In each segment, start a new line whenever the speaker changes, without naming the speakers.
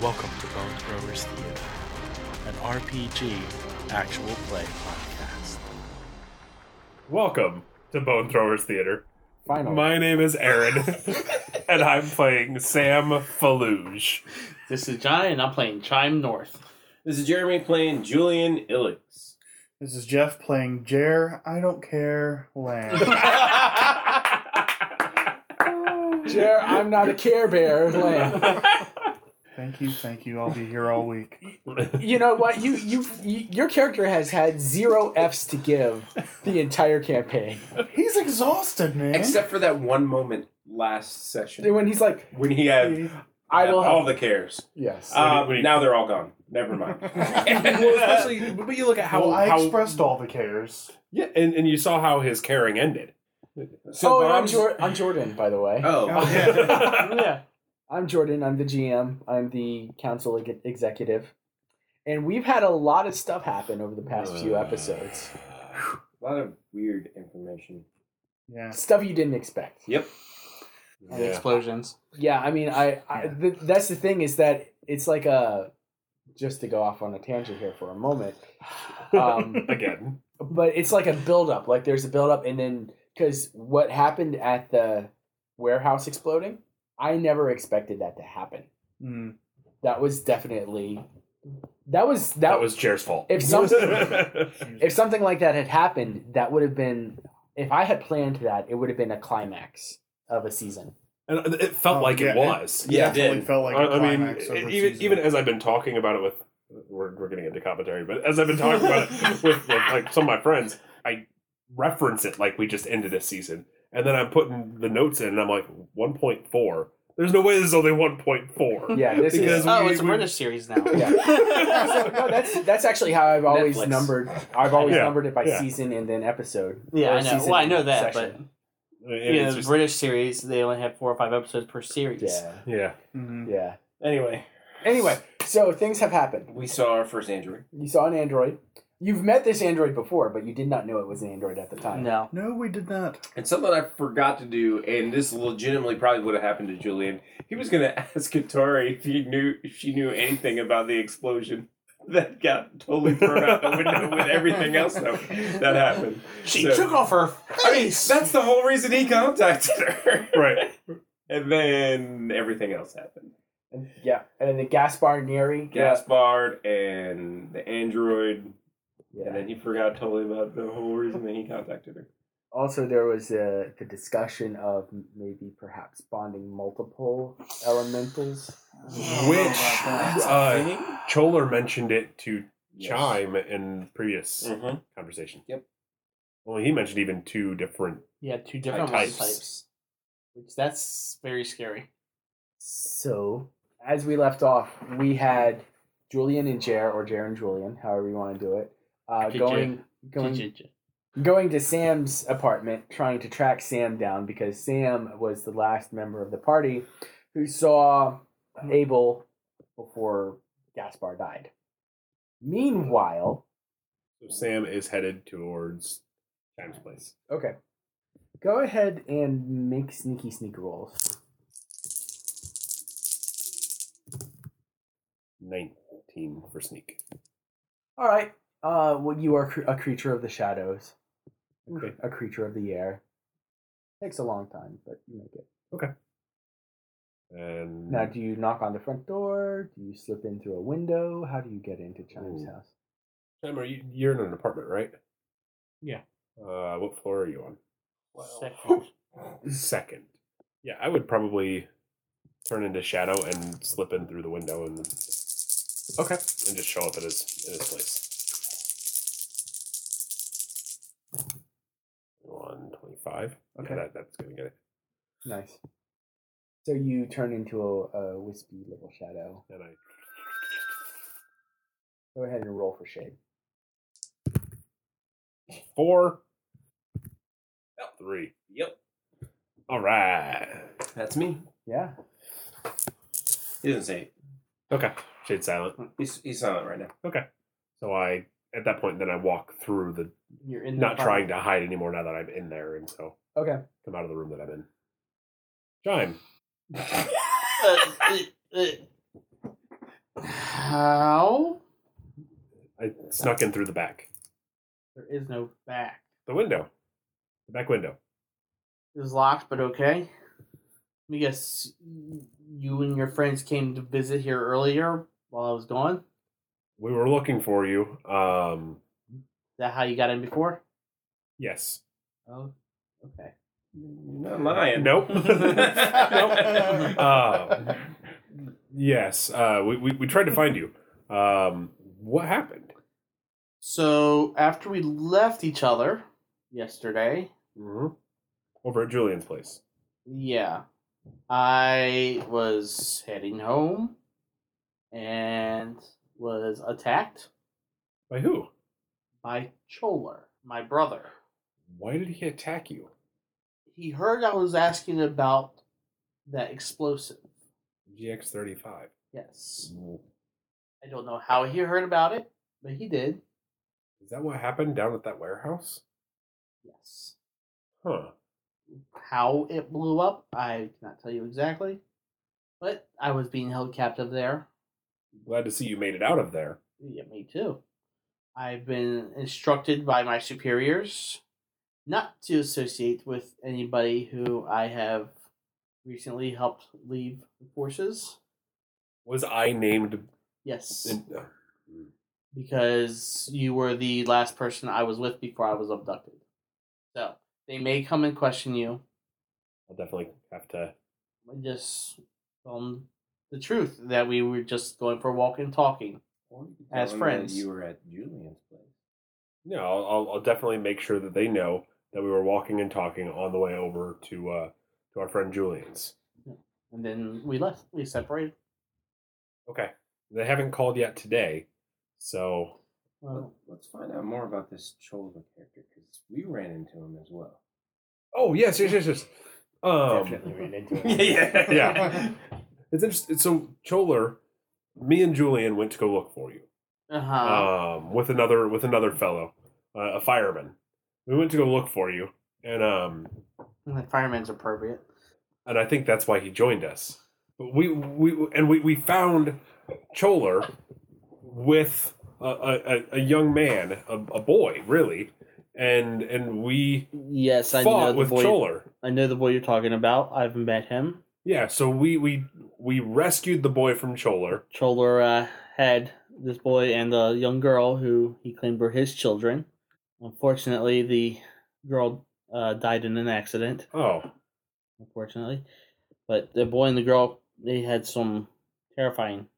Welcome to Bone Throwers Theater, an RPG actual play podcast.
Welcome to Bone Throwers Theater.
Finally.
My name is Aaron, and I'm playing Sam Faluge.
This is John, and I'm playing Chime North.
this is Jeremy playing Julian Illix.
This is Jeff playing Jer. I don't care. Land.
Jer, I'm not a Care Bear. Land.
thank you, thank you. I'll be here all week.
you know what? You, you you your character has had zero Fs to give the entire campaign.
He's exhausted, man.
Except for that one moment last session
When he's like,
when he had
"I will
all
help,"
the cares.
yes.
Oh. Uh,
Wait, wait.
Now they're all gone. Never mind.
Well,
especially-
but you look at
well, I
how-
expressed all the cares.
yeah, and, and you saw how his caring ended.
so
oh, and I'm,
bombs-
Jor- I'm Jordan, by the way.
Oh,
yeah, I'm Jordan. I'm the GM. I'm the council ex- executive, and we've had a lot of stuff happen over the past few episodes.
a lot of weird information.
Yeah.
Stuff you didn't expect.
Yep.
Explosions.
Yeah, I mean, I, I
Yeah.
th- that's the thing is that it's like a just to go off on a tangent here for a moment, um,
Again.
but it's like a buildup. Like there's a buildup, and then because what happened at the warehouse exploding, I never expected that to happen.
Mm.
That was definitely that was that,
That was Jer's fault.
if something if something like that had happened, that would have been if I had planned that, it would have been a climax of a season.
and it felt
Oh,
like
yeah,
it
it-
was.
Yeah, it
definitely
did.
felt like a
I, I mean, e-,
climax over
even
season.
even as I've been talking about it with, we're, we're getting into commentary, but as I've been talking about it with, with like some of my friends, I reference it like we just ended a season, and then I'm putting the notes in, and I'm like 1.4. There's no way there's only 1.4.
Yeah, this
Because
is.
Oh,
we-
it's a
we-
British series now.
Yeah. no, that's that's actually how I've always
Netflix.
numbered. I've always
Yeah,
numbered it by
yeah.
season and then episode.
Yeah,
Or
I know.
season
Well, I know that,
section.
but
And
you know,
it's
the
just-
British series they only have four or five episodes per series.
yeah,
yeah.
Mhm.
yeah.
Anyway,
Anyway, so things have happened.
we saw our first android.
You saw an android. You've met this android before, but you did not know it was an android at the time.
No.
No, we did not.
And something I forgot to do, and this legitimately probably would have happened to Julian. He was going to ask Katari if he knew if she knew anything about the explosion that got totally thrown out the window with everything else that, that happened.
She
So-
took off her
I mean,
face.
that's the whole reason he contacted her.
Right.
And then everything else happened.
And- yeah, and the Gaspar Neri.
Gaspard and the android. And
Yeah.
then he forgot totally about the whole reason that he contacted her.
Also, there was uh the discussion of maybe perhaps bonding multiple elementals.
Oh,
Which uh, Choler mentioned it to Chime in previous
hmm
conversation.
Yep.
Well, he mentioned even two different.
yeah, two different
Types.
types. types. Which that's very scary.
So, as we left off, we had Julian and Jer, or Jer and Julian, however you want to do it, uh,
Jer-
going going going to Sam's apartment, trying to track Sam down because Sam was the last member of the party who saw Abel before Gaspar died. Meanwhile,
So Sam is headed towards Chime's place.
okay, go ahead and make sneaky sneak rolls.
19 for sneak.
All right. Uh, well, you are cr- a creature of the shadows,
Okay.
a creature of the air. Takes a long time, but you make it.
And
Now, do you knock on the front door? Do you slip in through a window? How do you get into Chime's
Ooh.
house?
Sam, are you, you're in an apartment, right?
Yeah.
Uh, what floor are you on?
Second.
Second. Yeah, I would probably turn into shadow and slip in through the window and okay, and just show up at his at his place. One twenty-five.
Okay.
that, that's gonna get it.
Nice. So you turn into a, a wispy little shadow.
And I
Go ahead and roll for shade.
Four. Three.
Yep.
All right.
That's me.
Yeah.
He doesn't say
Okay. Shade silent.
Hmm.
it. He's, he's silent right now.
So I, at that point, then I walk through the,
You're in the
not trying to hide anymore now that I'm in there, and so
Okay.
come out of the room that I'm in. Chime.
apartment. Uh, uh, uh. How?
I snuck in through the back,
There is no back.
the window, the back window.
It was locked, but okay. I guess you and your friends came to visit here earlier while I was gone. Is
We were looking for you. Um,
that how you got in before?
yes.
Oh, okay.
You're not lying. Uh,
Nope.
nope.
Uh, yes. Uh, we, we we tried to find you. Um, what happened?
So after we left each other yesterday,
Mm-hmm. Over at Julian's place.
yeah, I was heading home and was attacked
By who?
by Choler, my brother.
Why did he attack you?
He heard I was asking about that explosive.
GX thirty five.
Yes.
Is
I don't know how he heard about it, but he did.
that what happened down at that warehouse?
Yes.
Huh.
How it blew up, I cannot tell you exactly. But I was being held captive there.
Glad to see you made it out of there.
Yeah, me too. I've been instructed by my superiors not to associate with anybody who I have recently helped leave the forces.
Was I named?
Yes.
In,
because you were the last person I was with before I was abducted. So they may come and question you.
I'll definitely have to.
I just tell 'em the truth that we were just going for a walk and talking. As friends.
You were at Julian's place.
No, I'll, I'll, I'll definitely make sure that they know that we were walking and talking on the way over to uh, to our friend Julian's.
And then we left. We separated.
Okay. They haven't called yet today, so
Well,
Let's find out more about this Cholva character because we ran into him as well.
Oh yes, yes, yes, yes. Um,
Definitely ran into it.
yeah,
Yeah. it's interesting. So Choler, me and Julian went to go look for you. Oh.
uh-huh.
Um, with another with another fellow, uh, a fireman. We went to go look for you, and um,
the fireman's appropriate.
and I think that's why he joined us. But we we and we we found Choler with a a, a- a young man, a, a boy, really, and and we
Yes, I know
fought
the
with
boy.
Choler.
I know the boy you're talking about. I've met him.
Yeah, so we we we rescued the boy from Choler.
Choler uh, had this boy and a young girl who he claimed were his children. Unfortunately, the girl uh, died in an accident.
Oh,
unfortunately. But the boy and the girl, they had some terrifying,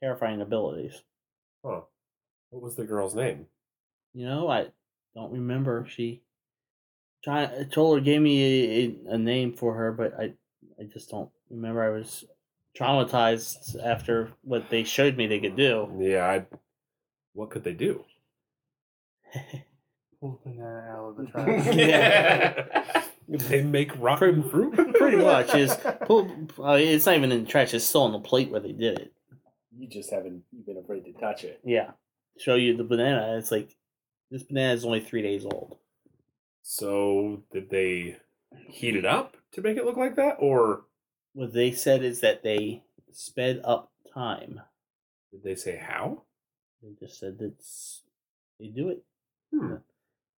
terrifying abilities.
huh. What was the girl's name?
You know, I don't remember. She, Chi- Choler gave me a, a name for her, but I, I just don't remember. I was traumatized after what they showed me they could do.
Yeah, I, what could they do?
Pulling her out of the
Uh,
they make rotten fruit.
Pretty much is pull. Uh, it's not even in the trash. It's still on the plate where they did it.
You just haven't been afraid to touch it.
Yeah, show you the banana. It's like this banana is only three days old.
So did they heat it up to make it look like that, or
what they said is that they sped up time.
did they say how?
They just said that's they do it.
Hmm. I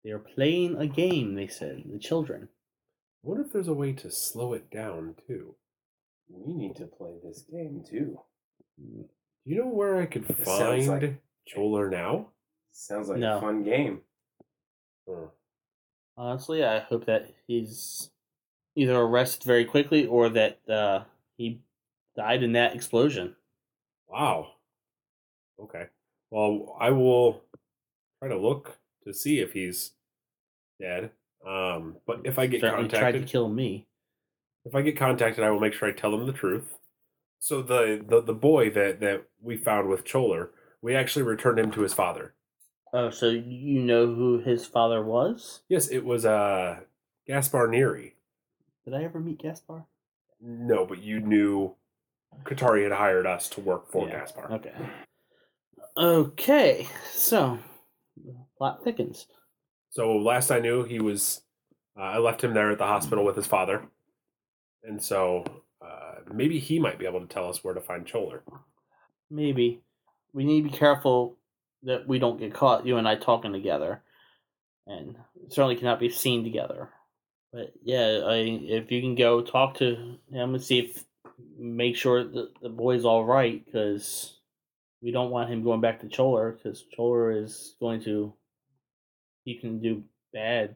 They are playing a game. They said the children.
wonder if there's a way to slow it down too.
We need to play this game too.
Do you know where I could
It sounds
find
like-
Choler now?
Sounds like
No.
a fun game.
Huh.
Honestly, I hope that he's either arrested very quickly or that uh, he died in that explosion.
Wow. Okay. Well, I will try to look to see if he's dead. Um, but if I get
Certainly
contacted,
tried to kill me.
if I get contacted, I will make sure I tell them the truth. So the the, the boy that that we found with Choler we actually returned him to his father.
Oh, so you know who his father was?
Yes, it was uh, Gaspar Neri.
Did I ever meet Gaspar?
No, but you knew Qatari had hired us to work for
Yeah.
Gaspar.
Okay. Okay, so plot thickens.
So last I knew, he was. Uh, I left him there at the
Mm-hmm.
hospital with his father, and so uh, maybe he might be able to tell us where to find Choler.
Maybe we need to be careful that we don't get caught. You and I talking together, and certainly cannot be seen together. But yeah, I if you can go talk to him and see if make sure that the boy's all right because we don't want him going back to Choler because Choler is going to he can do bad,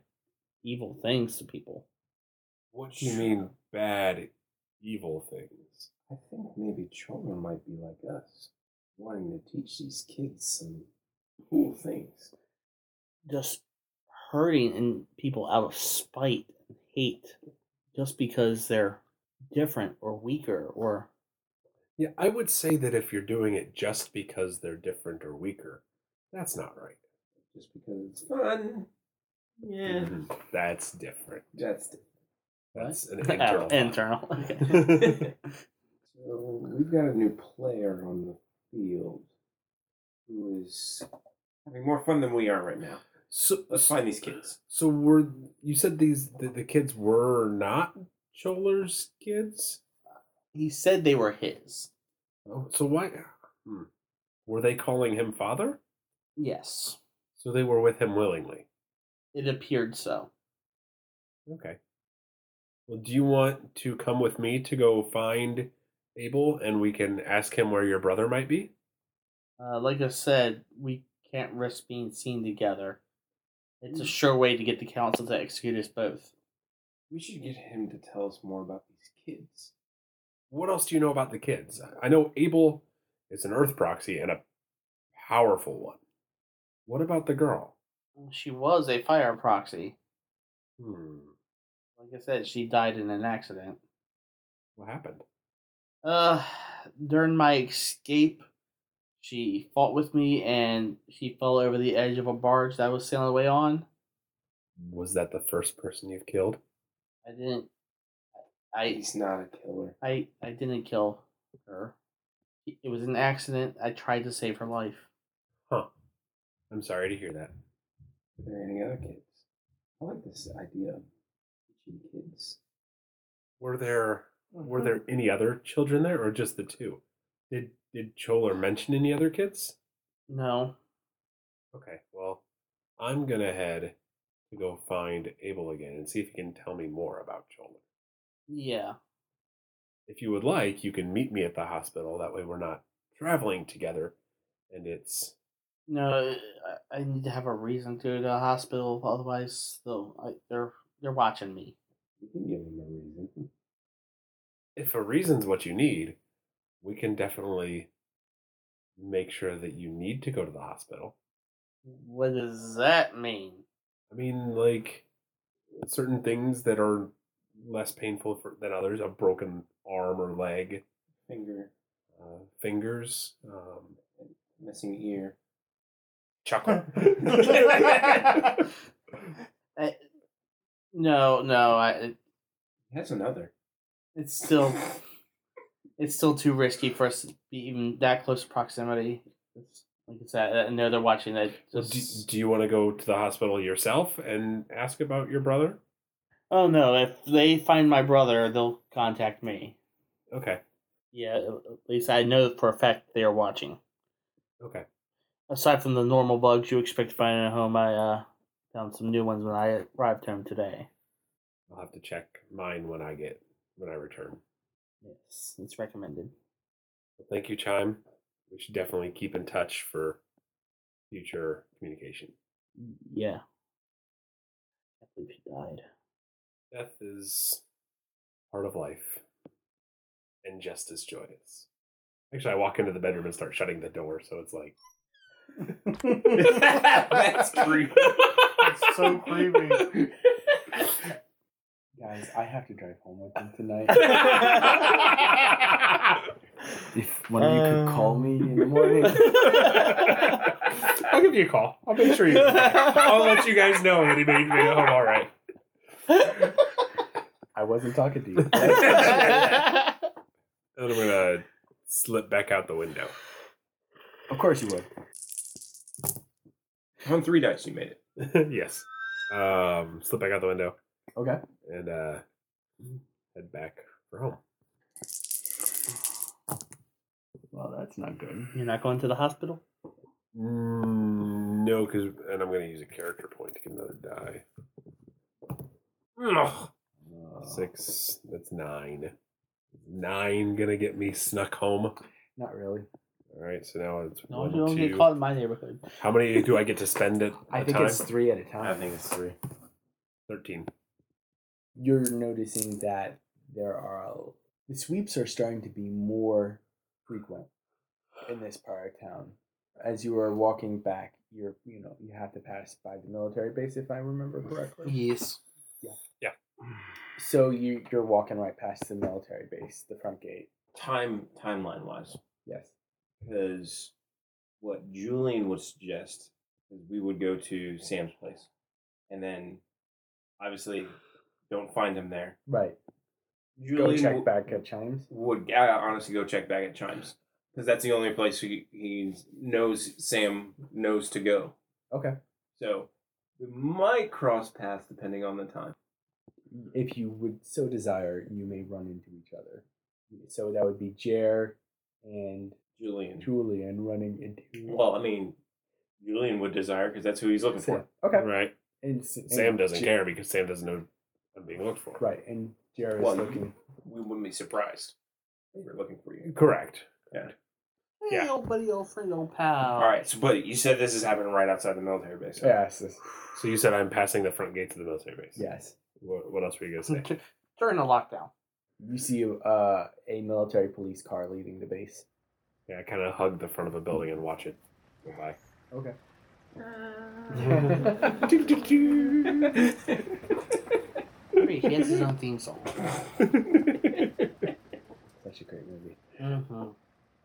evil things to people.
What do you mean bad, evil things?
I think maybe children might be like us, wanting to teach these kids some cool things.
just hurting and people out of spite and hate just because they're different or weaker or
Yeah, I would say that if you're doing it just because they're different or weaker, that's not right.
Just because it's fun. Yeah.
That's different.
That's it.
That's an
Oh,
internal.
internal. Okay.
thought.
So we've got a new player on the field who is having more fun than we are right now.
so,
Let's find these kids.
so were you said these the, the kids were not Choler's kids?
he said they were his.
Oh, so why hmm. were they calling him father?
Yes.
So they were with him willingly.
It appeared so.
Okay. Well, do you want to come with me to go find Abel and we can ask him where your brother might be?
Uh, like I said, we can't risk being seen together. It's a sure way to get the council to execute us both.
We should get him to tell us more about these kids.
What else do you know about the kids? I know Abel is an earth proxy and a powerful one. What about the girl?
She was a fire proxy.
Hmm.
Like I said, she died in an accident.
What happened?
Uh, during my escape, she fought with me and she fell over the edge of a barge that I was sailing away on.
Was that the first person you've killed?
I didn't. I
He's not a killer.
I I didn't kill her. It was an accident. I tried to save her life.
I'm sorry to hear that.
Are there any other kids? I like this idea of teaching kids.
Were there were there any other children there or just the two? Did did Choler mention any other kids?
No,
Okay, well, I'm gonna head to go find Abel again and see if he can tell me more about Choler.
yeah,
If you would like, you can meet me at the hospital. That way, we're not traveling together, and it's
no. I, I need to have a reason to go to the hospital. Otherwise, though, I, they're they're watching me.
We can give him a reason.
if a reason's what you need, we can definitely make sure that you need to go to the hospital.
What does that mean?
I mean, like certain things that are less painful for, than others, a broken arm or leg,
Finger,
uh, fingers, um,
missing ear.
chuckle.
I, no, no. I
That's another.
It's still, it's still too risky for us to be even that close proximity. It's, like it's that I know they're watching. I
Well,
just,
do, do you want to go to the hospital yourself and ask about your brother?
oh no! If they find my brother, they'll contact me.
Okay.
Yeah, at least I know for a fact they are watching.
Okay.
Aside from the normal bugs you expect to find in a home, I uh, found some new ones when I arrived home today.
I'll have to check mine when I get when I return.
Yes, it's recommended.
Well, thank you, Chime. We should definitely keep in touch for future communication.
Yeah, I believe she died.
Death is part of life, and just as joyous. Actually, I walk into the bedroom and start shutting the door, so it's like
That's creepy.
It's so creepy.
Guys, I have to drive home with them tonight. If one of you could call me in the morning.
I'll give you a call. I'll make sure you. I'll let you guys know that he made made it home all right.
I wasn't talking to you.
And I'm gonna slip back out the window.
of course you would.
On three dice, you made it.
yes. Um, slip back out the window
Okay.
and uh, head back for home.
Well, that's not good.
You're not going to the hospital?
Mm, no, because and I'm gonna use a character point to get another die. Uh, Ugh. Six. That's nine. Nine gonna get me snuck home.
Not really. All
All right, so now it's
No,
one,
you don't
two.
get caught in my neighborhood.
How many do I get to spend at
I
a
think
time?
it's three at a time.
it's three.
Thirteen.
You're noticing that there are the sweeps are starting to be more frequent in this part of town. As you are walking back, you're you know you have to pass by the military base if I remember correctly.
Yes.
So you you're walking right past the military base, the front gate.
Time timeline wise,
Yes.
because what Julian would suggest is we would go to Sam's place, and then obviously don't find him there.
Right. Go
Julian
check
w-
back at chimes.
would I honestly go check back at Chimes because that's the only place he, he knows Sam knows to go.
Okay.
So we might cross paths depending on the time.
If you would so desire, you may run into each other. So that would be Jer and
Julian.
Julian running into.
Well, I mean, Julian would desire because that's who he's looking
Sam.
for.
Okay.
Right.
And, S- and
Sam doesn't
Jer-
care because Sam doesn't know I'm being looked for.
Right, and Jer is
Well,
looking.
We wouldn't be surprised. if We're looking for you.
Correct.
Hey,
Yeah.
old buddy, old friend, old pal.
All right, so, but you said this is happening right outside the military base.
Yes. this-
So you said I'm passing the front gate to the military base.
Yes.
What, what else were you gonna say?
During the lockdown.
You see uh, a military police car leaving the base.
yeah, I kind of hug the front of a building and watch it go by.
Okay.
Pretty hands on theme song.
Such a great movie.
Mhm.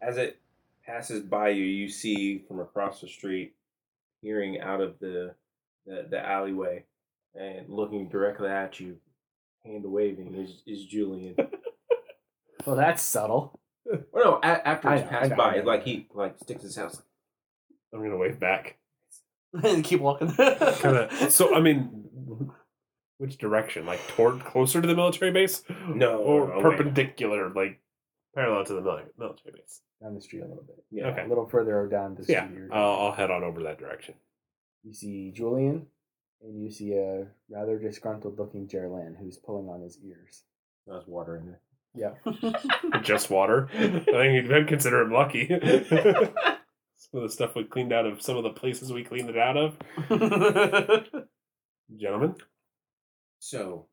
As it passes by you, you see from across the street, peering out of the the, the alleyway and looking directly at you, hand waving is, is Julian.
Well, that's subtle.
well, no, a- after
I
he's
know, I
passed
know, I
by,
know.
like he like sticks his house.
I'm gonna wave back.
and keep walking.
Kind of. so I mean, which direction? Like toward closer to the military base?
No,
Or
no, wait.
perpendicular, like parallel to the mili- military base.
Down the street a little bit.
Yeah.
Okay.
A little further down the street.
Yeah, uh,
you're-
I'll, I'll head on over that direction.
You see Julian, and you see a rather disgruntled looking Jerlin who's pulling on his ears.
That was water in there.
Yeah.
Just water. I think you'd consider him lucky. some of the stuff we cleaned out of some of the places we cleaned it out of. Gentlemen,
So,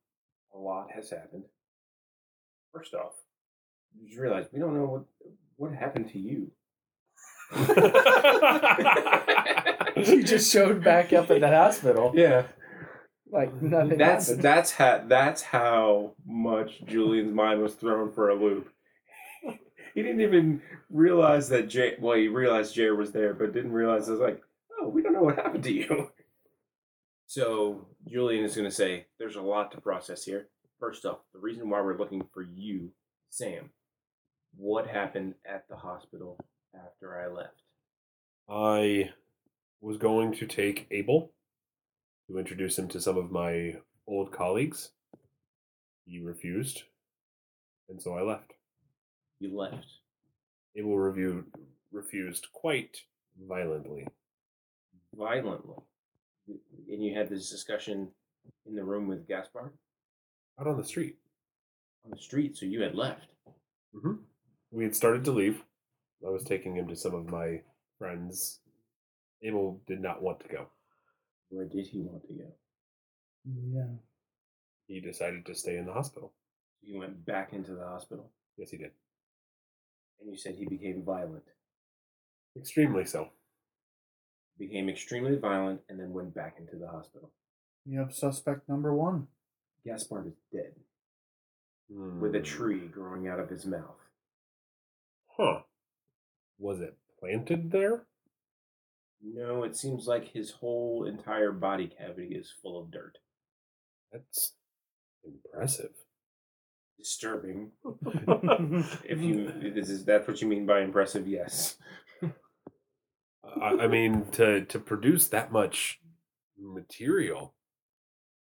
a lot has happened. First off, you just realize we don't know what what happened to you.
you just showed back up at the hospital.
Yeah,
Like nothing
that's
happened.
that's how that's how much Julian's mind was thrown for a loop. He didn't even realize that Jay. Well, he realized Jay was there, but didn't realize it was like, oh, we don't know what happened to you. So Julian is going to say, "There's a lot to process here. First off, the reason why we're looking for you, Sam. What happened at the hospital after I left?
I was going to take Abel to introduce him to some of my old colleagues. He refused, and so I left.
You left.
Abel review, refused quite violently.
violently. And you had this discussion in the room with Gaspar
Out on the street.
on the street, so you had left.
hmm We had started to leave. I was taking him to some of my friends. Abel did not want to go.
Where did he want to go?
yeah.
He decided to stay in the hospital.
You went back into the hospital,
Yes, he did.
and you said he became violent,
Extremely so.
became extremely violent, and then went back into the hospital.
You have suspect number one.
Gaspar
Hmm.
is dead, with a tree growing out of his mouth.
huh, was it planted there?
No, it seems like his whole entire body cavity is full of dirt.
That's impressive.
Disturbing. if you if this is that's what you mean by impressive, yes.
I, I mean, to to produce that much material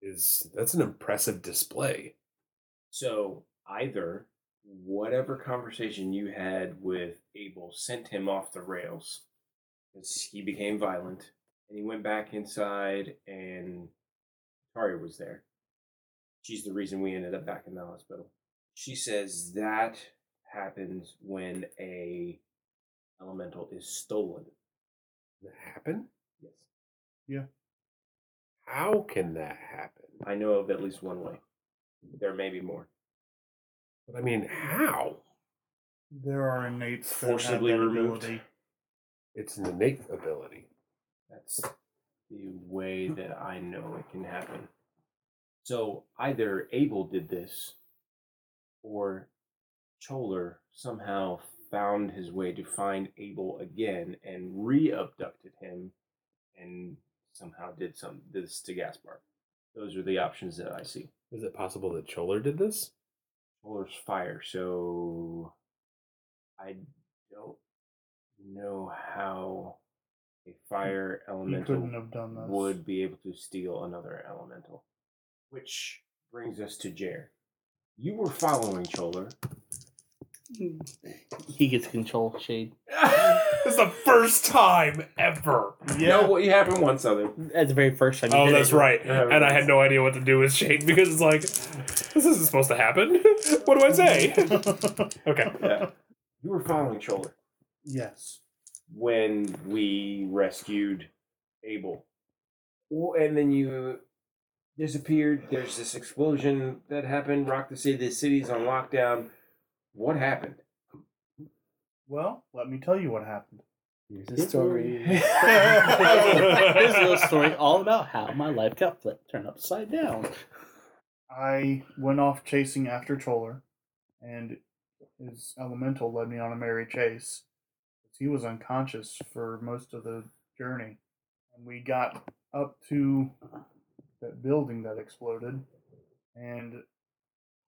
is that's an impressive display.
So either whatever conversation you had with Abel sent him off the rails because he became violent and he went back inside and Tari was there. She's the reason we ended up back in the hospital. She says that happens when a elemental is stolen.
That happen?
Yes.
How can that happen?
I know of at least one way. There may be more.
But I mean, how?
There are innates that
Forcibly
have that
removed.
ability.
It's an innate ability.
That's the way that I know it can happen. So either Abel did this, or Choler somehow found his way to find Abel again and re-abducted him, and somehow did some this to Gaspar. Those are the options that I see.
Is it possible that Choler did this?
Choler's fire, so I don't know how a fire
You
elemental
couldn't have done this.
would be able to steal another elemental. Which brings us to Jer. You were following Choler.
He gets control shade.
it's the first time ever.
No, what you happened once other.
At the very first time. he
Oh,
did
that's
it.
right.
Yeah,
And I had no idea what to do with Shane because it's like, this isn't supposed to happen. What do I say? Okay.
Yeah. You were following Choler
yes.
when we rescued Abel. Well, and then you disappeared. There's this explosion that happened, rocked the city. The city's on lockdown. What happened?
Well, let me tell you what happened.
This story.
Here's a little story all about how my life got flipped, turned upside down.
I went off chasing after Choler, and his elemental led me on a merry chase. He was unconscious for most of the journey, and we got up to that building that exploded, and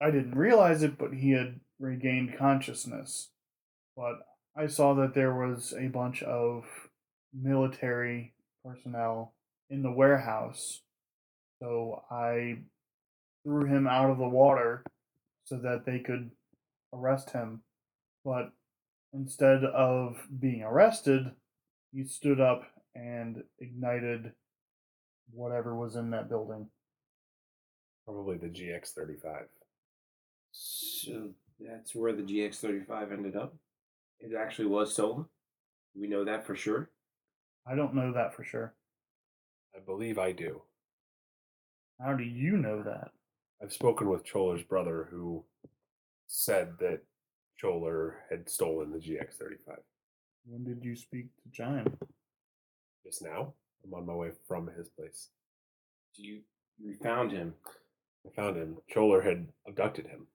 I didn't realize it, but he had regained consciousness. But I saw that there was a bunch of military personnel in the warehouse, so I threw him out of the water so that they could arrest him. But instead of being arrested, he stood up and ignited whatever was in that building.
Probably the GX35.
So that's where the GX35 ended up. It actually was stolen. We know that for sure.
I don't know that for sure.
I believe I do.
How do you know that?
I've spoken with Choler's brother who said that Choler had stolen the GX35.
When did you speak to Giant?
Just now, I'm on my way from his place.
You you found him.
I found him. Choler had abducted him.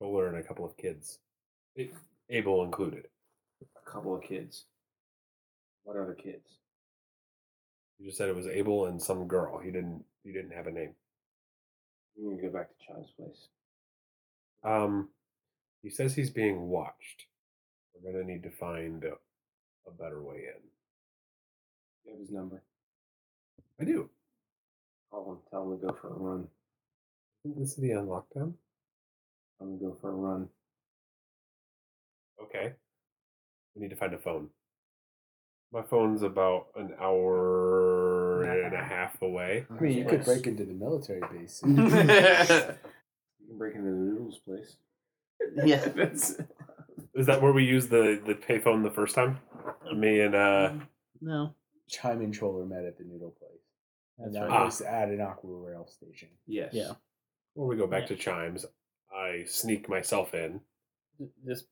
Choler and a couple of kids, A- Abel included.
A couple of kids. What other kids?
He just said it was Abel and some girl. He didn't. He didn't have a name.
We're gonna go back to Child's place.
Um, he says he's being watched. We're gonna need to find a, a better way in.
You have his number.
I do.
Call him. Tell him to go for a run.
Isn't the city on lockdown?
Tell him to go for a run.
Okay. We need to find a phone. My phone's about an hour and a half away.
I mean, you could break into the military base.
you can break into the noodles place.
Yeah.
That's-
Is that where we used the the payphone the first time? Me and uh.
No.
Chime and Troller met at the noodle place. And
That's
that
right.
was at an aqua rail station.
yes.
Yeah.
Before we go back to chimes, I sneak myself in.
Just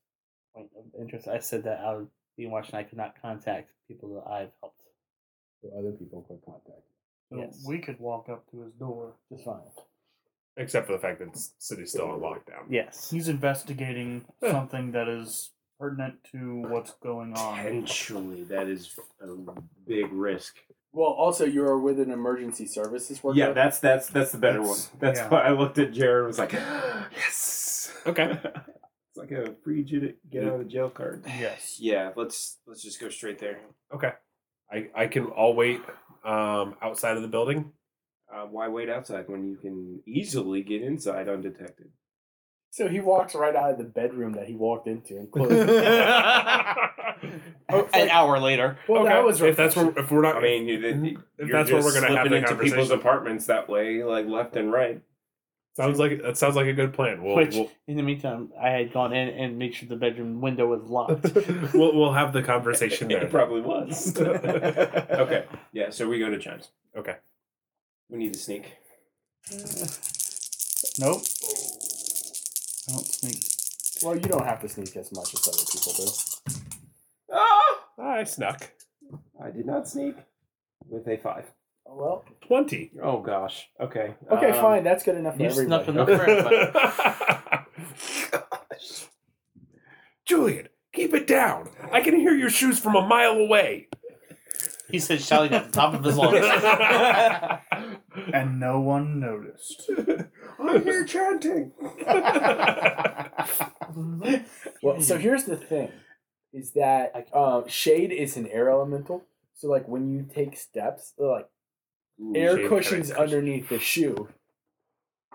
point of interest. I said that out of being watched and I could not contact people that I've helped.
So other people could contact.
So
Yes.
we could walk up to his door.
Just fine.
Except for the fact that the city's still on lockdown.
Yes.
He's investigating something that is pertinent to what's going on.
Potentially, that is a big risk.
Well, also you are with an emergency services worker.
Yeah, that's that's that's the better
That's-
one. That's
yeah.
why I looked at Jared and was like, yes.
Okay.
it's like a free get get out of jail card.
Yes.
Yeah, let's let's just go straight there.
Okay. I, I can all wait um, outside of the building.
Uh, why wait outside when you can easily get inside undetected?
so he walks right out of the bedroom that he walked into and
Oh,
closes. it.
An
It's like,
hour later.
well, that was
if that's where, if we're not.
I mean, you,
Mhm.
you're
If that's where
just
we're gonna have
slipping
the
into people's
conversation.
apartments that way, like left and right.
sounds like that sounds like a good plan. We'll,
Which,
we'll
in the meantime, I had gone in and made sure the bedroom window was locked.
we'll we'll have the conversation there.
It probably was. okay. Yeah. So we go to Chimes.
Okay.
We need to sneak.
Nope. I don't sneak.
well, you don't have to sneak as much as other people do.
Ah!
I snuck
I did not sneak with a five.
Oh, Well,
twenty.
Oh gosh. Okay.
okay,
Um,
fine. That's good enough for
you snuck
everybody.
enough for everybody.
Julian, keep it down. I can hear your shoes from a mile away.
He said shouting at the top of his lungs.
And no one noticed.
I hear chanting.
Well, so here's the thing: is that um, shade is an air elemental. So, like when you take steps, like
shade
air
creates
cushions
cushion.
underneath the shoe,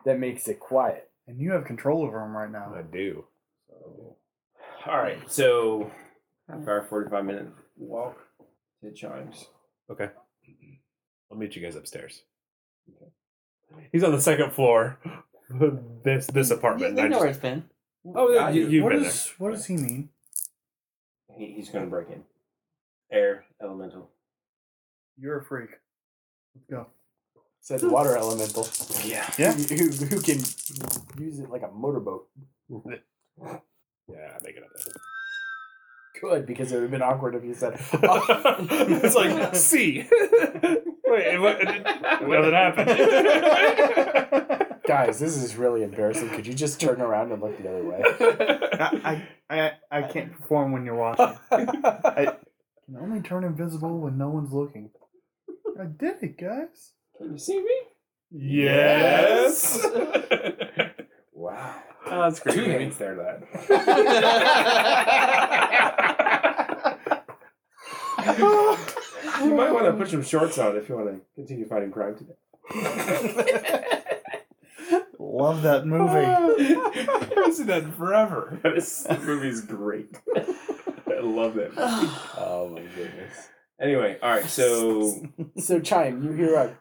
that makes it quiet.
And you have control over them right now.
I do.
All right. So half hour, forty-five minute walk to Chimes.
Okay. I'll meet you guys upstairs. He's on the second floor. this this
You,
apartment.
you
I
know
just-
where it's been.
oh, yeah,
I-
you, you've
What
been
is what does he mean?
He, he's going to break in. Air elemental.
You're a freak. Let's go.
Said the water elemental.
Yeah.
Yeah.
Who, who can use it like a motorboat?
there. Yeah, make it up there.
Good, because it would have been awkward if you said, "Oh,
it's like C. Wait, what? Nothing happened.
"Guys, this is really embarrassing. Could you just turn around and look the other way?"
I, I, I, I can't perform when you're watching. I can only turn invisible when no one's looking. I did it, guys.
Can you see me?
yes.
Wow.
Oh, that's
Two
great.
hands there, that. you might want to put some shorts on if you want to continue fighting crime today.
Love that movie.
I haven't seen that in forever.
That is, that movie is great. I love that. movie.
oh my goodness!
Anyway, all right. So
So, chime. You hear a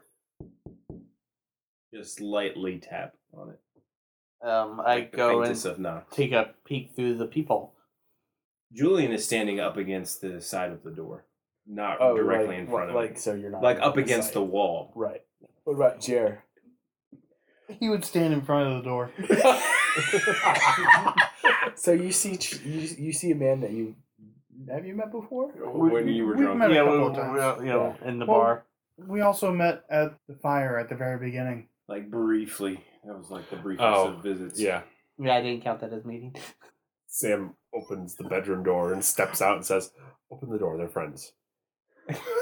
just lightly tap on it.
Um, I
Like the
go
faintest
and
of knocks.
take a peek through the peephole.
Julian is standing up against the side of the door, not
oh,
directly
like,
in front of
like
it,
so you're not
like up against the
sight.
wall.
right. What about Jer?
He would stand in front of the door.
So you see, ch- you, you see a man that you have you met before?
When you were
We've
drunk.
met a
yeah,
couple
we-
of
we-
times.
we- you know, in the
Well-
bar.
We also met at the fire at the very beginning.
like briefly. That was like the briefest
Oh,
of visits.
Yeah.
Yeah, I didn't count that as meeting.
Sam opens the bedroom door and steps out and says, "Open the door. They're friends."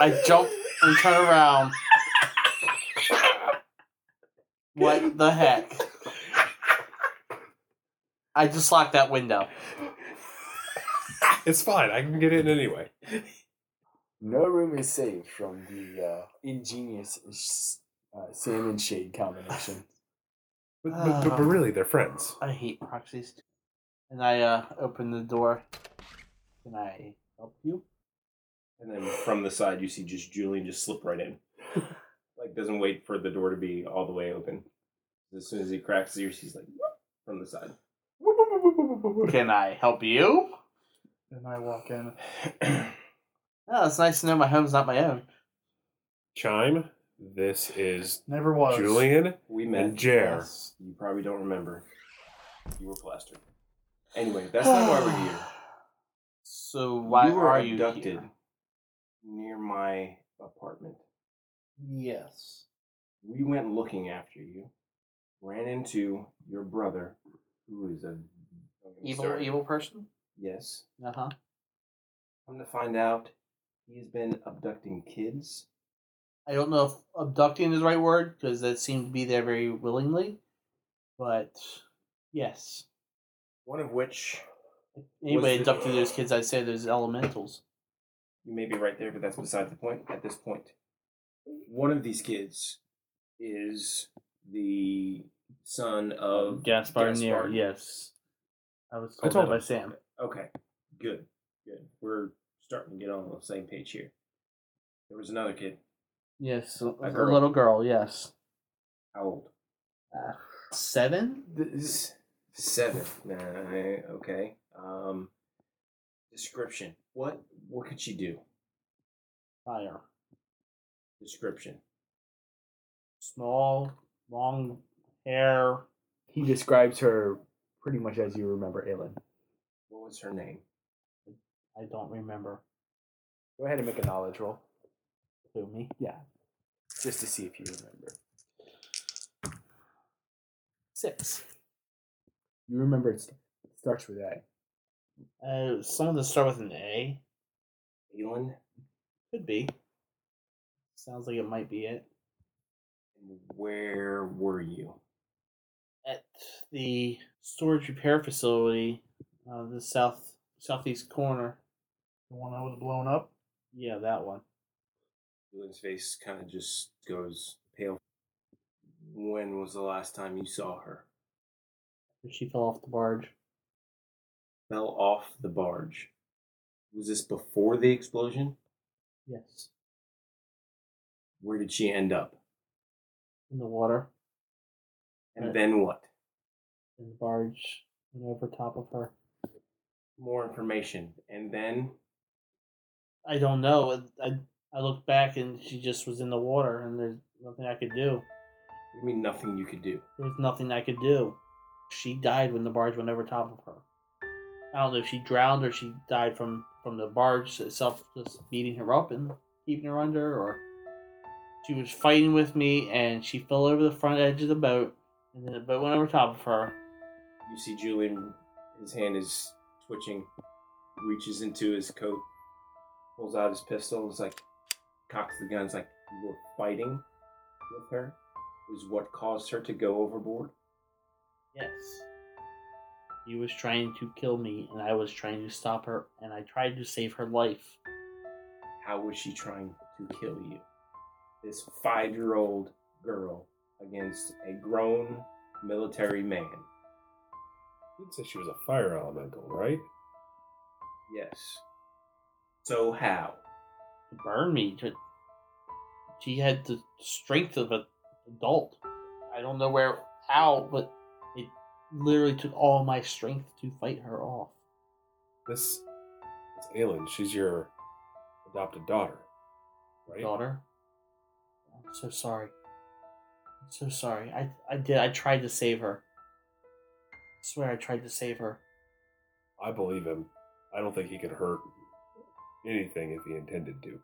I jump and turn around. What the heck? I just locked that window.
It's fine. I can get in anyway.
No room is saved from the uh, ingenious sh- uh, Sam and Shade combination.
But, but, but, but really, they're friends.
I hate proxies. And I uh, open the door. Can I help you?
And then from the side, you see just Julian just slip right in. like doesn't wait for the door to be all the way open. As soon as he cracks the ears, he's like "Whoop," from the side.
Can I help you?
And I walk in.
Oh, it's nice to know my home's not my own.
Chime. This is
Never was.
Julian.
we met.
And Jer.
Yes, you probably don't remember. You were plastered. Anyway, that's not why we're here.
So why
you were
are you
abducted
here?
near my apartment.
Yes.
we went looking after you, ran into your brother, who is a
Evil,
Sorry.
evil person.
Yes.
Uh huh.
Come to find out, he has been abducting kids.
I don't know if abducting is the right word because that seemed to be there very willingly, but yes.
One of which
Anybody
Was it-
abducting those kids, I'd say there's elementals.
you may be right there, but that's beside the point at this point. One of these kids is the son of
Gaspar,
Oh, Gaspar.
Nero, yes. I was
I
told,
told
that by
him.
Sam.
Okay, good, good. We're starting to get on the same page here. There was another kid.
Yes, a, a
girl.
little girl, yes.
How old?
Seven?
This seven. Nah, okay. Um, description. What? What could she do?
Fire.
Description.
Small, long hair.
He describes her pretty much as you remember Aelin.
What was her name?
I don't remember.
Go ahead and make a knowledge roll,
Who, me?
just to see if you remember.
Six.
You remember it's, it starts with A.
Uh, someone that start with an A?
Elin.
Could be. Sounds like it might be it.
Where were you?
at the storage repair facility, uh, the south southeast corner.
The one that was blown up.
Yeah, that one.
Elin's face kind of just goes pale. When was the last time you saw her?
She fell off the barge.
Fell off the barge. Was this before the explosion?
Yes,
Where did she end up?
in the water,
And
Right.
then what?
and the barge went over top of her.
More information. And then
I don't know. I, I I looked back and she just was in the water, and there's nothing I could do.
I mean nothing you could do.
There was nothing I could do. She died when the barge went over top of her. I don't know if she drowned or she died from from the barge itself just beating her up and keeping her under, or she was fighting with me and she fell over the front edge of the boat, and then the boat went over top of her.
You see Julian, his hand is twitching, reaches into his coat, pulls out his pistol, is like, cocks the gun. It's like, you were fighting with her, is what caused her to go overboard.
Yes. He was trying to kill me, and I was trying to stop her, and I tried to save her life.
How was she trying to kill you? This five year old girl against a grown military man.
You'd say she was a fire elemental, right?
Yes. So, how?
To burn me. To, she had the strength of an adult. I don't know where, how, but it literally took all my strength to fight her off.
This is Aelin. She's your adopted daughter, right?
Daughter, I'm so sorry. I'm so sorry. I I did. I tried to save her. I swear, I tried to save her.
I believe him. I don't think he could hurt anything if he intended to.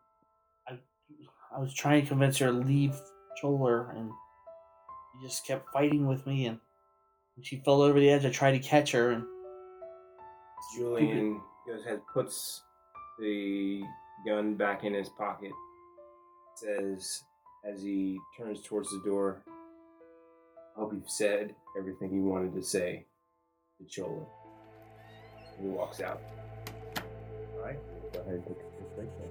I was trying to convince her to leave Choler, and she just kept fighting with me. And when she fell over the edge, I tried to catch her, and
Julian goes ahead, puts the gun back in his pocket, says as he turns towards the door, I hope you've said everything you wanted to say to Chola. He walks out.
Right.
Go ahead and take a quick break.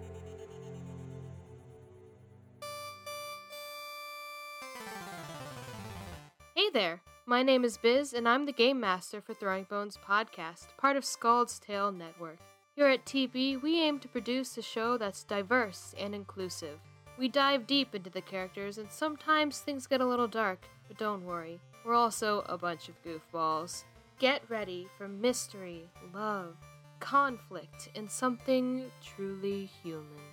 Hey there! My name is Biz, and I'm the game master for Throwing Bones podcast, part of Scald's Tale Network. Here at TB, we aim to produce a show that's diverse and inclusive. We dive deep into the characters, and sometimes things get a little dark, but don't worry, we're also a bunch of goofballs. Get ready for mystery, love, conflict, and something truly human.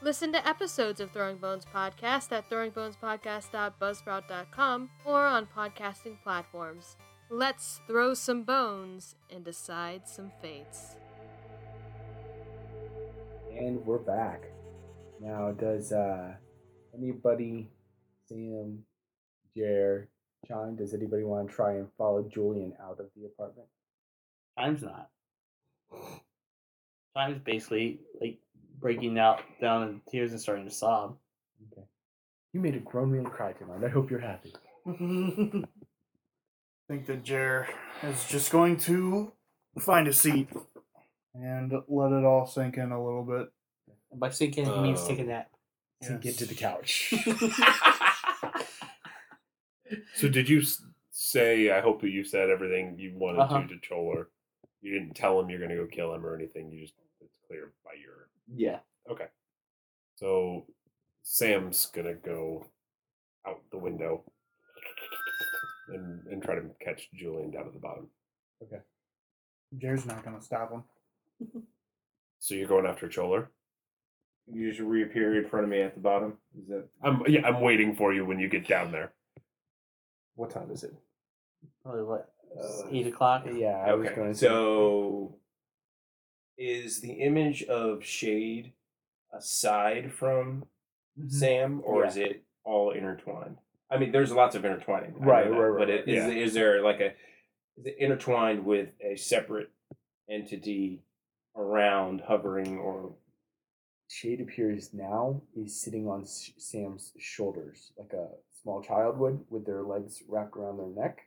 Listen to episodes of Throwing Bones Podcast at throwingbonespodcast.buzzsprout.com or on podcasting platforms. Let's throw some bones and decide some fates.
And we're back. Now, does uh, anybody, Sam, Jer, John, does anybody want to try and follow Julian out of the apartment?
time's not. Time's basically like breaking out down in tears and starting to sob.
You made a grown man cry tonight. I hope you're happy.
I think that Jer is just going to find a seat and let it all sink in a little bit.
And by sinking, he
Oh.
means take a nap.
To get to the couch.
So did you s- say? I hope that you said everything you wanted
Uh-huh.
to to Choler. You didn't tell him you're going to go kill him or anything. You just it's clear by your.
Yeah.
So Sam's going to go out the window and and try to catch Julian down at the bottom.
Jer's not going to stop him.
So you're going after Choler.
You just reappear in front of me at the bottom. Is that
I'm yeah. I'm waiting for you when you get down there.
what time is it?
Probably what?
Uh,
eight o'clock?
yeah, I was going to
so is the image of shade aside from Sam, or
Mm-hmm. Yeah.
is it all intertwined? I mean, there's lots of intertwining, I know
Right,
that,
right, right,
But it,
right.
is
Yeah.
is there like a is it intertwined with a separate entity around hovering or
Shade appears now. He's sitting on S- Sam's shoulders, like a small child would, with their legs wrapped around their neck,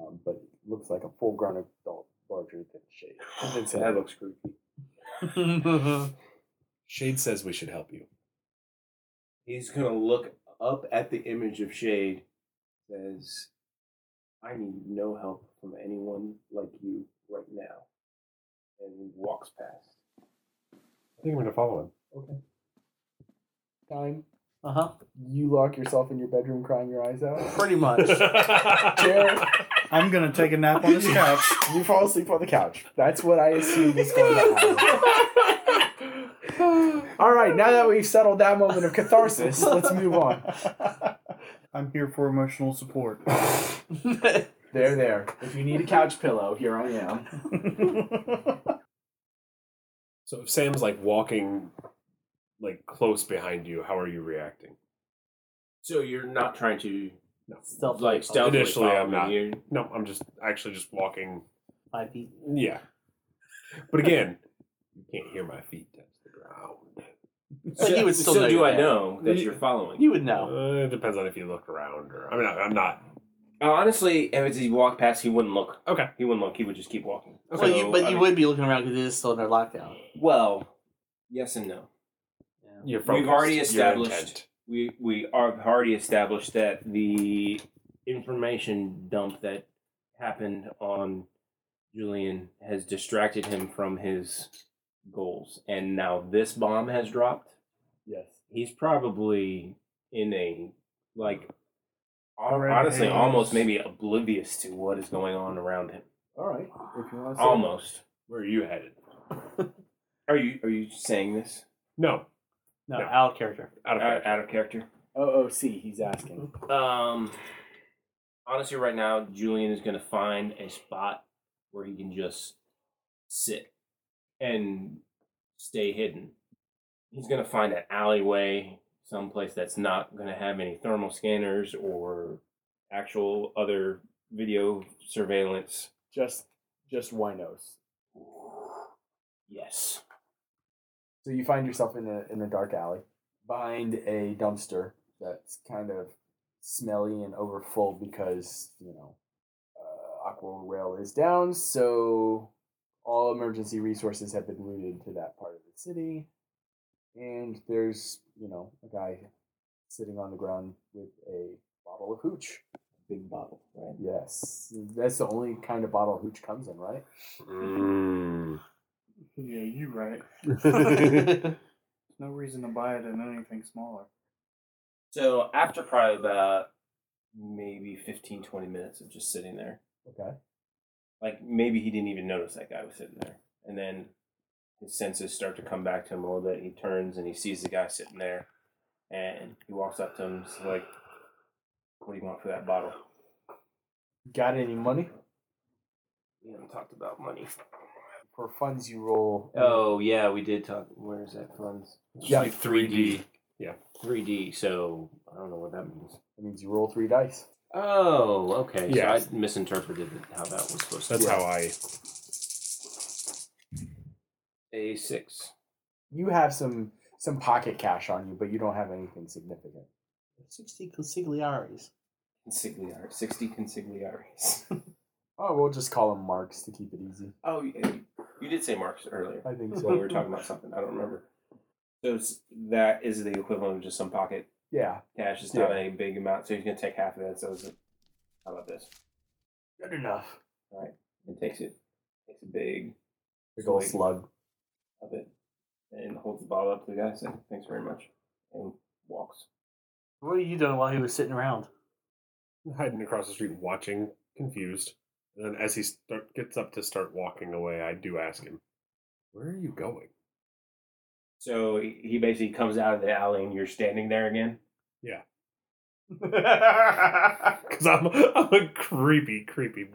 um, but looks like a full-grown adult, larger than Shade. Than Sam.
that looks creepy.
Shade says we should help you.
He's gonna look up at the image of Shade. Says, "I need no help from anyone like you right now," and walks past.
I think I'm going to follow him.
Okay. Time.
Uh huh.
You lock yourself in your bedroom, crying your eyes out.
Pretty much.
Jared,
I'm going to take a nap on his couch.
you fall asleep on the couch. That's what I assumed was going to happen. All right, now that we've settled that moment of catharsis, let's move on.
I'm here for emotional support.
There, there. If you need a couch pillow, here I am.
So if Sam's like walking like close behind you, how are you reacting?
So you're not trying to
Stealth
like stealthily
Initially,
follow
I'm
me.
not.
You're-
No, I'm just actually just walking.
Five feet.
Yeah. But again, you can't hear my feet touch the ground.
But he would still know
do
you're
I
there.
know that
You-
you're following?
You would know.
Uh, it depends on if you look around or I mean, I- I'm not.
Uh, Honestly, if he walked past, he wouldn't look.
Okay.
He wouldn't look. He would just keep walking.
Well, you, but
I
you
mean-
would be looking around because it is still in their lockdown.
Well, yes and no.
You're
We've already
your
established-
intent.
we we are have already established that the information dump that happened on Julian has distracted him from his goals, and now this bomb has dropped.
Yes.
He's probably in a like
Already
honestly
has.
almost maybe oblivious to what is going on around him.
All right. If you want to
Almost.
Where are you headed?
Are you are you saying this
No,
No,
Yeah.
out of character.
out of
out,
character.
out of character?
OOC, he's asking.
Um, honestly, right now, Julian is going to find a spot where he can just sit and stay hidden. He's going to find an alleyway, someplace that's not going to have any thermal scanners or actual other video surveillance.
Just, just winos.
Yes.
So you find yourself in a in a dark alley behind a dumpster that's kind of smelly and overfull because you know uh, Aqua Rail is down, so all emergency resources have been routed to that part of the city, and there's you know a guy sitting on the ground with a bottle of hooch.
Big bottle, right?
Yes, that's the only kind of bottle hooch comes in, right?
Mm.
yeah, you right. No reason to buy it in anything smaller.
So, after probably about maybe 15, 20 minutes of just sitting there,
Okay.
like maybe he didn't even notice that guy was sitting there. And then his senses start to come back to him a little bit. He turns and he sees the guy sitting there, and he walks up to him. He's like, "What do you want for that bottle?"
Got any money?
We haven't talked about money.
For funds, you roll.
Oh yeah, we did talk. Where is that funds?
Yeah.
Like 3D.
Three D. So I don't know what that means.
That means you roll three dice.
Oh, okay.
Yeah.
So I misinterpreted it, how that was supposed to.
That's
work.
how I.
A six.
You have some some pocket cash on you, but you don't have anything significant.
60 consigliaris.
Consigliari. 60 consigliaris.
Oh, we'll just call them marks to keep it easy.
oh, yeah. You did say marks earlier.
I think
When we
so.
were talking about something. I don't remember. So it's, that is the equivalent of just some pocket
yeah.
cash. It's not a big amount. So he's going to take half of that. So it's like, how about this?
Good enough.
And takes it. Takes a big
The gold
Wait.
slug.
of it and holds the bottle up to the guy saying, thanks very much. And walks.
What are you doing while he was sitting around?
hiding across the street, watching, confused. And then as he start, gets up to start walking away, I do ask him, "Where are you going?"
So he he basically comes out of the alley and you're standing there again.
Because I'm, I'm a creepy, creepy.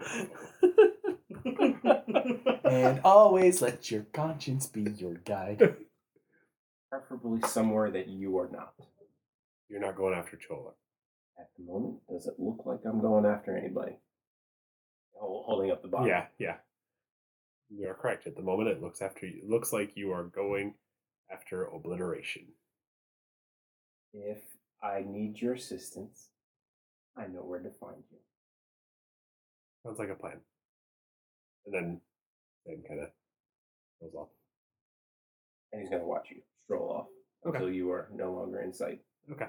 and always let your conscience be your guide.
Preferably somewhere that you are not.
You're not going after Chola.
At the moment, does it look like I'm going after anybody? Hol- Holding up the bottle.
Yeah, yeah. You are correct. At the moment, it looks after you. It looks like you are going after obliteration.
If I need your assistance, I know where to find you.
Sounds like a plan. And then, then kind of goes off.
And he's going to watch you stroll off
Okay.
until you are no longer in sight.
Okay.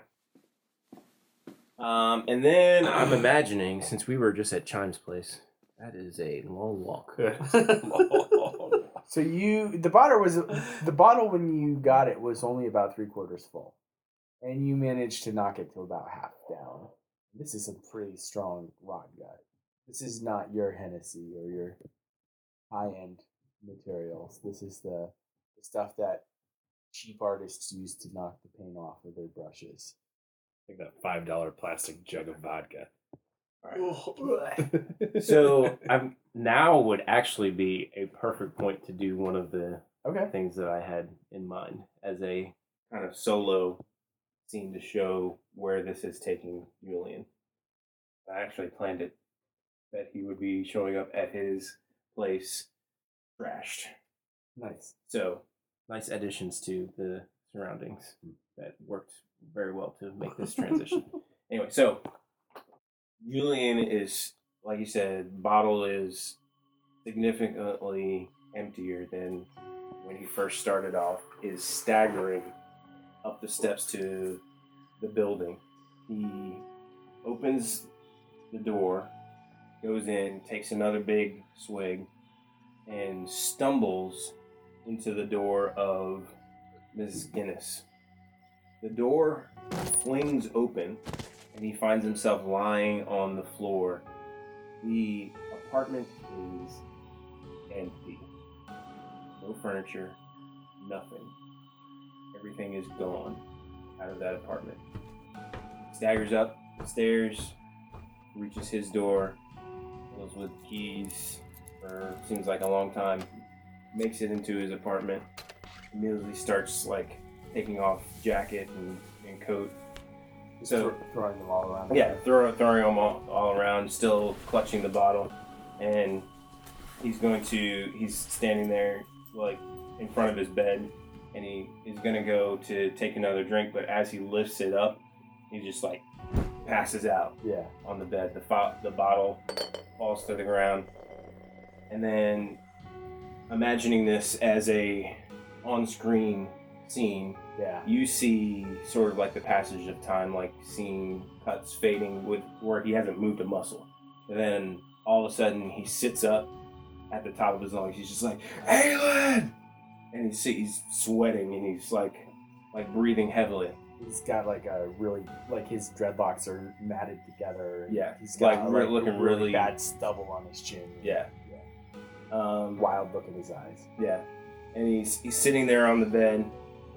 Um, and then I'm imagining, since we were just at Chime's place, that is a long walk.
So you the bottle was the bottle when you got it was only about three quarters full. And you managed to knock it to about half down. This is some pretty strong rod gut. This is not your Hennessy or your high end materials. This is the, the stuff that cheap artists use to knock the paint off of their brushes.
like that five dollar plastic jug of vodka.
so I'm now would actually be a perfect point to do one of the
Okay.
things that I had in mind as a kind of solo scene to show where this is taking Julian. I actually planned it that he would be showing up at his place trashed.
Nice.
So nice additions to the surroundings that worked very well to make this transition. anyway, so Julian is, like you said, bottle is significantly emptier than when he first started off, is staggering up the steps to the building. He opens the door, goes in, takes another big swig, and stumbles into the door of Mrs. Guinness. The door flings open and he finds himself lying on the floor. The apartment is empty. No furniture, nothing. Everything is gone out of that apartment. Staggers up the stairs, reaches his door, goes with keys for seems like a long time, makes it into his apartment, immediately starts like taking off jacket and, and coat.
Just
So-
thro- throwing them all around.
Yeah, throw, throwing them all, all around, still clutching the bottle, and he's going to he's standing there like in front of his bed, and he is going to go to take another drink, but as he lifts it up, he just like passes out
Yeah.
on the bed. The, fo- the bottle falls to the ground, and then imagining this as a on-screen scene,
Yeah.
you see sort of like the passage of time, like seeing cuts fading with where he hasn't moved a muscle. And then all of a sudden he sits up at the top of his lungs. He's just like, Aylin! And he's, he's sweating and he's like, like breathing heavily.
He's got like a really like his dreadlocks are matted together. and
Yeah,
he's
like,
got
re- looking really-
bad stubble on his chin.
Yeah. Um,
wild look in his eyes.
Yeah. And he's, he's sitting there on the bed,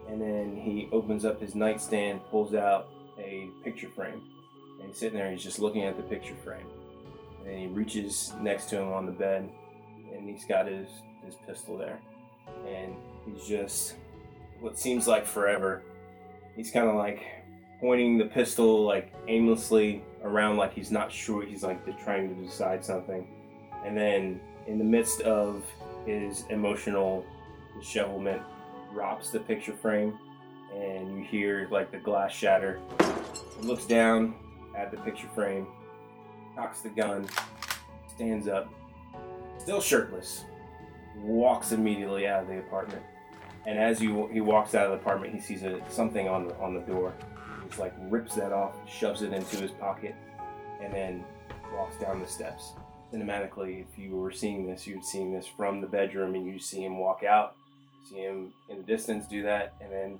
and then he opens up his nightstand, pulls out a picture frame. And he's sitting there, he's just looking at the picture frame. And then he reaches next to him on the bed, and he's got his, his pistol there. And he's just, what seems like forever, he's kind of like pointing the pistol like aimlessly around, like he's not sure, he's like trying to decide something. And then in the midst of his emotional the shovel mitt drops the picture frame, and you hear like the glass shatter. He looks down at the picture frame, cocks the gun, stands up, still shirtless, walks immediately out of the apartment. And as you, he walks out of the apartment, he sees a, something on the, on the door. He just like rips that off, shoves it into his pocket, and then walks down the steps. Cinematically, if you were seeing this, you'd seen this from the bedroom, and you see him walk out, see him in the distance do that, and then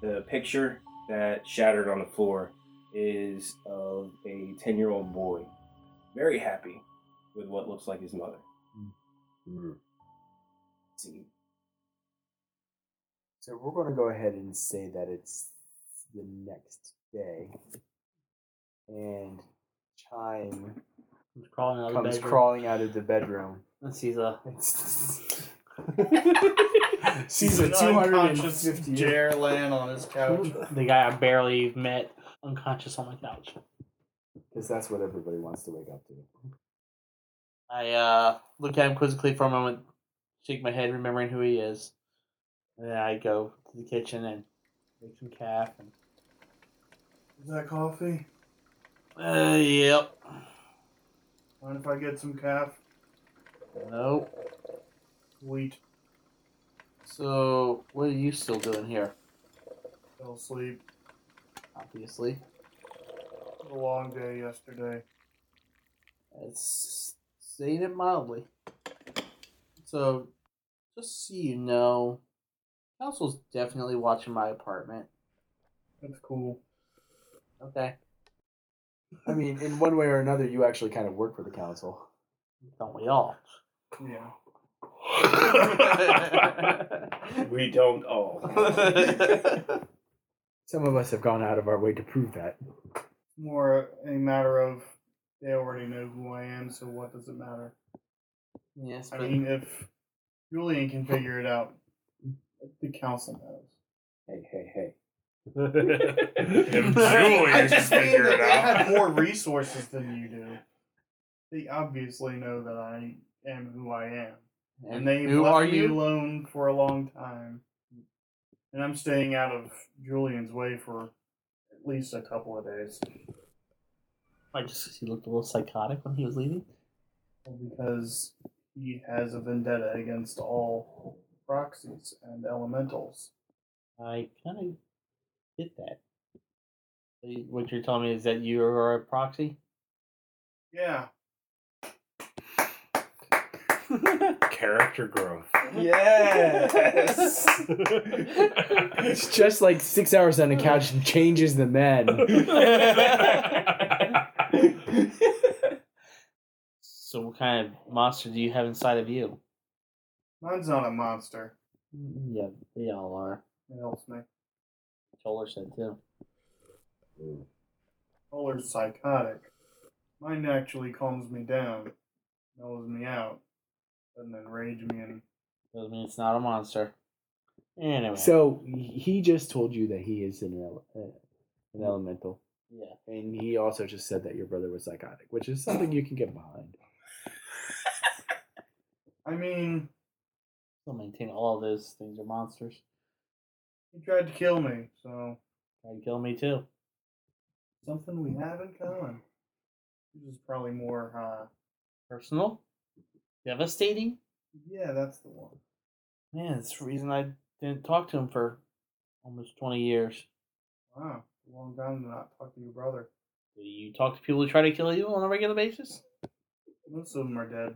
the picture that shattered on the floor is of a 10 year old boy, very happy with what looks like his mother. See,
So we're going to go ahead and say that it's the next day, and Chime
Comes crawling out of
comes
the bedroom.
crawling out of the bedroom.
And sees a
She's a
An
two hundred and
unconscious
fifty.
Jer laying on his couch.
the guy I barely met unconscious on my couch.
Because that's what everybody wants to wake up to.
I uh, look at him quizzically for a moment, shake my head, remembering who he is, and then I go to the kitchen and make some calf. And,
Is that coffee?
uh, yep.
Mind if I get some calf?
No.
Wheat.
So, what are you still doing here?
Fell asleep.
Obviously,
It was A long day yesterday.
it's saying it mildly. So, just so you know, council's definitely watching my apartment.
That's cool.
Okay,
I mean, in one way or another, you actually kind of work for the council.
don't we all?
Yeah.
we don't all.
Some of us have gone out of our way to prove that.
More a matter of they already know who I am, so what does it matter?
yes,
I
but
mean, if Julian can figure it out, the council knows.
Hey, hey, hey.
if
I
Julian can
just mean
figure
that
it
they have
out.
more resources than you do. They obviously know that I am who I am, and they
who
left
are
me
you?
alone for a long time. And I'm staying out of Julian's way for at least a couple of days
I just 'cause he looked a little psychotic when he was leaving.
because he has a vendetta against all proxies and elementals.
I kind of get that. So you- What you're telling me is that you are a proxy.
Yeah,
Character growth.
Yes!
It's just like six hours on the couch and changes the man.
So what kind of monster do you have inside of you?
mine's not a monster.
Mm, Yeah, they all are.
It helps me.
Toller said too.
Roller's psychotic. Mine actually calms me down, mellows me out, doesn't enrage me. And
Doesn't mean it's not a monster. Anyway.
So he just told you that he is an ele- uh, an elemental,
yeah.
and he also just said that your brother was psychotic, which is something you can get behind.
I mean,
Still maintain all of those things are monsters.
he tried to kill me, so
Try to kill me too.
something we have in common. This is probably more. uh
Personal. Devastating.
Yeah, that's the one.
Man, it's the reason I didn't talk to him for almost twenty years.
Wow, a long time to not talk to your brother.
Do you talk to people who try to kill you on a regular basis?
Most of them are dead.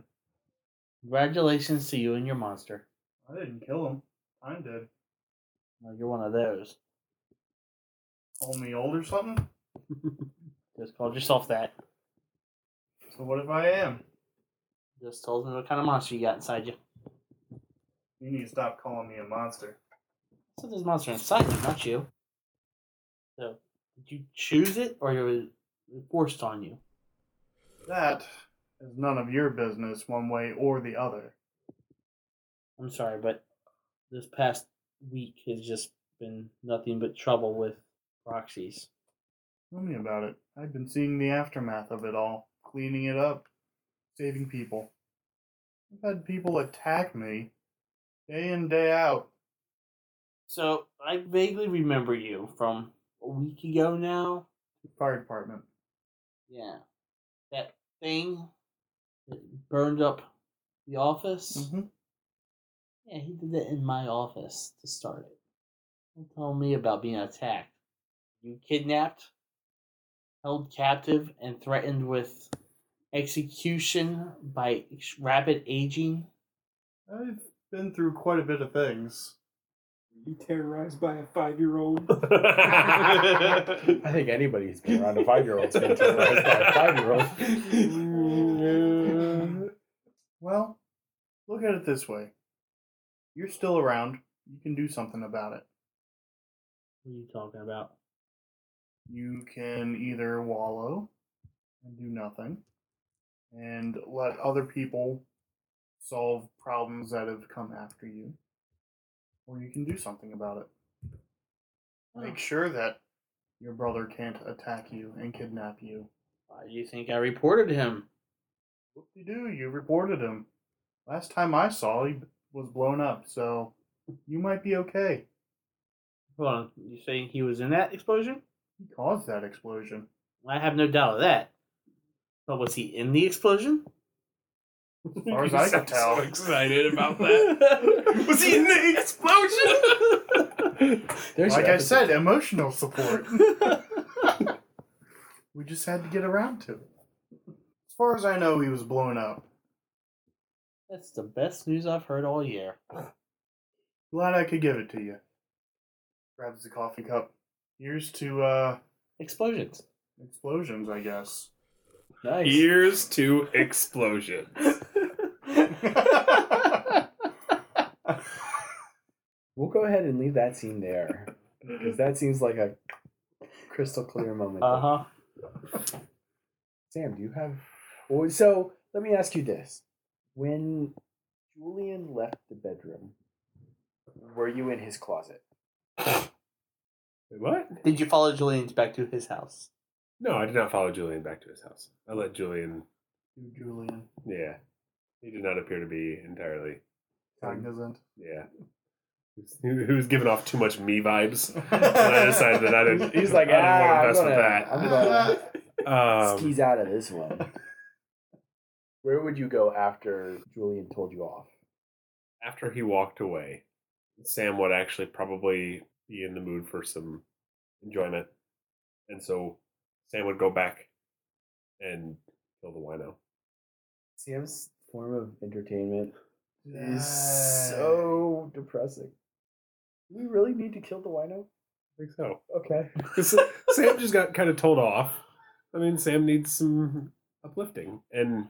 Congratulations to you and your monster.
I didn't kill them. I did.
Well, you're one of those.
Call me old or something.
Just called yourself that.
So what if I am?
Just told me what kind of monster you got inside you.
You need to stop calling me a monster.
So there's a monster inside you, not you. So did you choose it or it was forced on you?
That is none of your business, one way or the other.
I'm sorry, but this past week has just been nothing but trouble with proxies.
Tell me about it. I've been seeing the aftermath of it all, cleaning it up, saving people. I've had people attack me Day in, day out.
So I vaguely remember you from a week ago now.
Fire department.
Yeah. That thing that burned up the office.
Mm-hmm.
Yeah, he did it in my office to start it. He told me about being attacked. You kidnapped, held captive, and threatened with execution by ex- rapid aging.
I've been through quite a bit of things.
You terrorized by a five year old.
I think anybody who's been around a five year old's been terrorized by a five year old.
Well, look at it this way. You're still around. You can do something about it.
What are you talking about?
You can either wallow and do nothing and let other people solve problems that have come after you, or you can do something about it. Make sure that your brother can't attack you and kidnap you.
Why do you think I reported him?
What you do? You reported him. Last time I saw, he was blown up, so you might be okay.
Hold on, you saying he was in that explosion?
He caused that explosion.
I have no doubt of that. But was he in the explosion?
As far as I can tell,
excited about
was
he in the
explosion?
There's
like
your
I
episode.
said, emotional support. we just had to get around to it. As far as I know, he was blown up.
That's the best news I've heard all year.
Glad I could give it to you. Grabs the coffee cup. Here's to uh,
Explosions.
explosions, I guess.
Nice.
Years to explosion.
We'll go ahead and leave that scene there because that seems like a crystal clear moment.
Uh
Uh-huh.
huh.
Sam, do you have? Well, so let me ask you this: When Julian left the bedroom, were you in his closet?
What?
Did you follow Julian's back to his house?
No, I did not follow Julian back to his house. I let Julian.
You, Julian,
Yeah, he did not appear to be entirely.
cognizant.
Yeah, he he was giving off too much me vibes. And I decided that I didn't.
He's like,
I didn't
ah,
want to
I'm
mess
gonna-
with
I'm gonna
that. Um,
skis out of this one. Where would you go after Julian told you off?
after he walked away, Sam would actually probably be in the mood for some enjoyment. And so Sam would go back and kill the wino.
Sam's form of entertainment is
Nice.
so depressing. Do we really need to kill the wino?
I think so.
Okay.
'Cause Sam just got kind of told off. I mean, Sam needs some uplifting. And,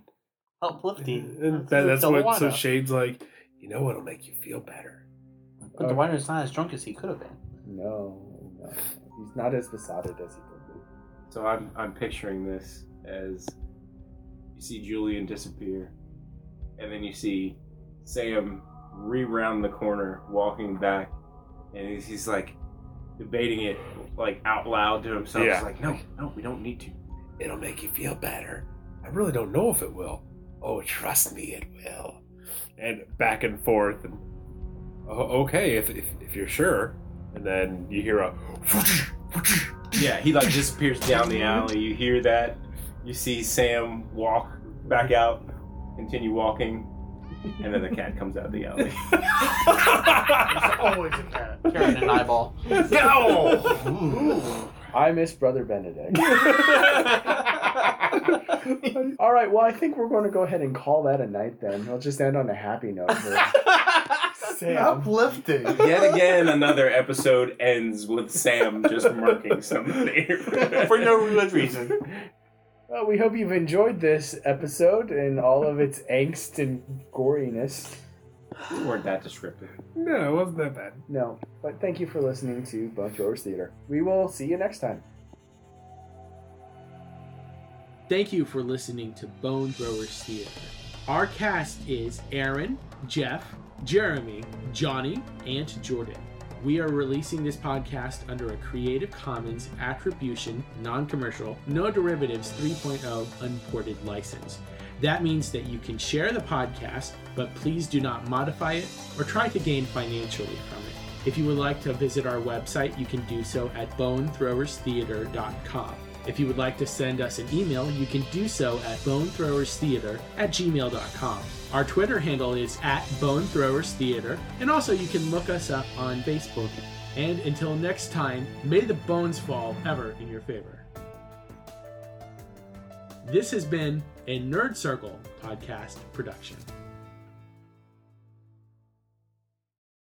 Uplifting.
and that, that's
the
what, so
wino.
Shade's like, you know what'll make you feel better?
But the winer's not as drunk as he could have been.
No, no. He's not as besotted as he could be.
So I'm I'm picturing this as you see Julian disappear, and then you see Sam re-round the corner, walking back, and he's, he's like debating it like out loud to himself.
Yeah.
He's like, no, no, we don't need to.
It'll make you feel better. I really don't know if it will. Oh, trust me, it will. And back and forth, and oh, okay, if, if if you're sure. And then you hear a
Yeah, he like disappears down the alley. You hear that? You see Sam walk back out, continue walking, and then the cat comes out the alley.
There's always a cat.
Carrying an eyeball.
no.
I miss Brother Benedict. All right, well, I think we're going to go ahead and call that a night then. We'll just end on a happy note here. Sam.
Uplifting.
Yet again, another episode ends with Sam just murking somebody.
For no good reason.
Well, we hope you've enjoyed this episode and all of its angst and goriness.
We weren't that descriptive.
no, it wasn't that bad.
No, but thank you for listening to Bone Throwers Theater. We will see you next time.
Thank you for listening to Bone Throwers Theater. Our cast is Aaron, Jeff, Jeremy, Johnny, and Jordan. We are releasing this podcast under a Creative Commons Attribution, Non Commercial, No Derivatives 3.0 Unported license.
oh That means that you can share the podcast, but please do not modify it or try to gain financially from it. If you would like to visit our website, you can do so at bonethrowerstheater.com. If you would like to send us an email, you can do so at bonethrowerstheater at gmail.com. Our Twitter handle is at bonethrowerstheater, and also you can look us up on Facebook. And until next time, may the bones fall ever in your favor. This has been a Nerd Circle podcast production.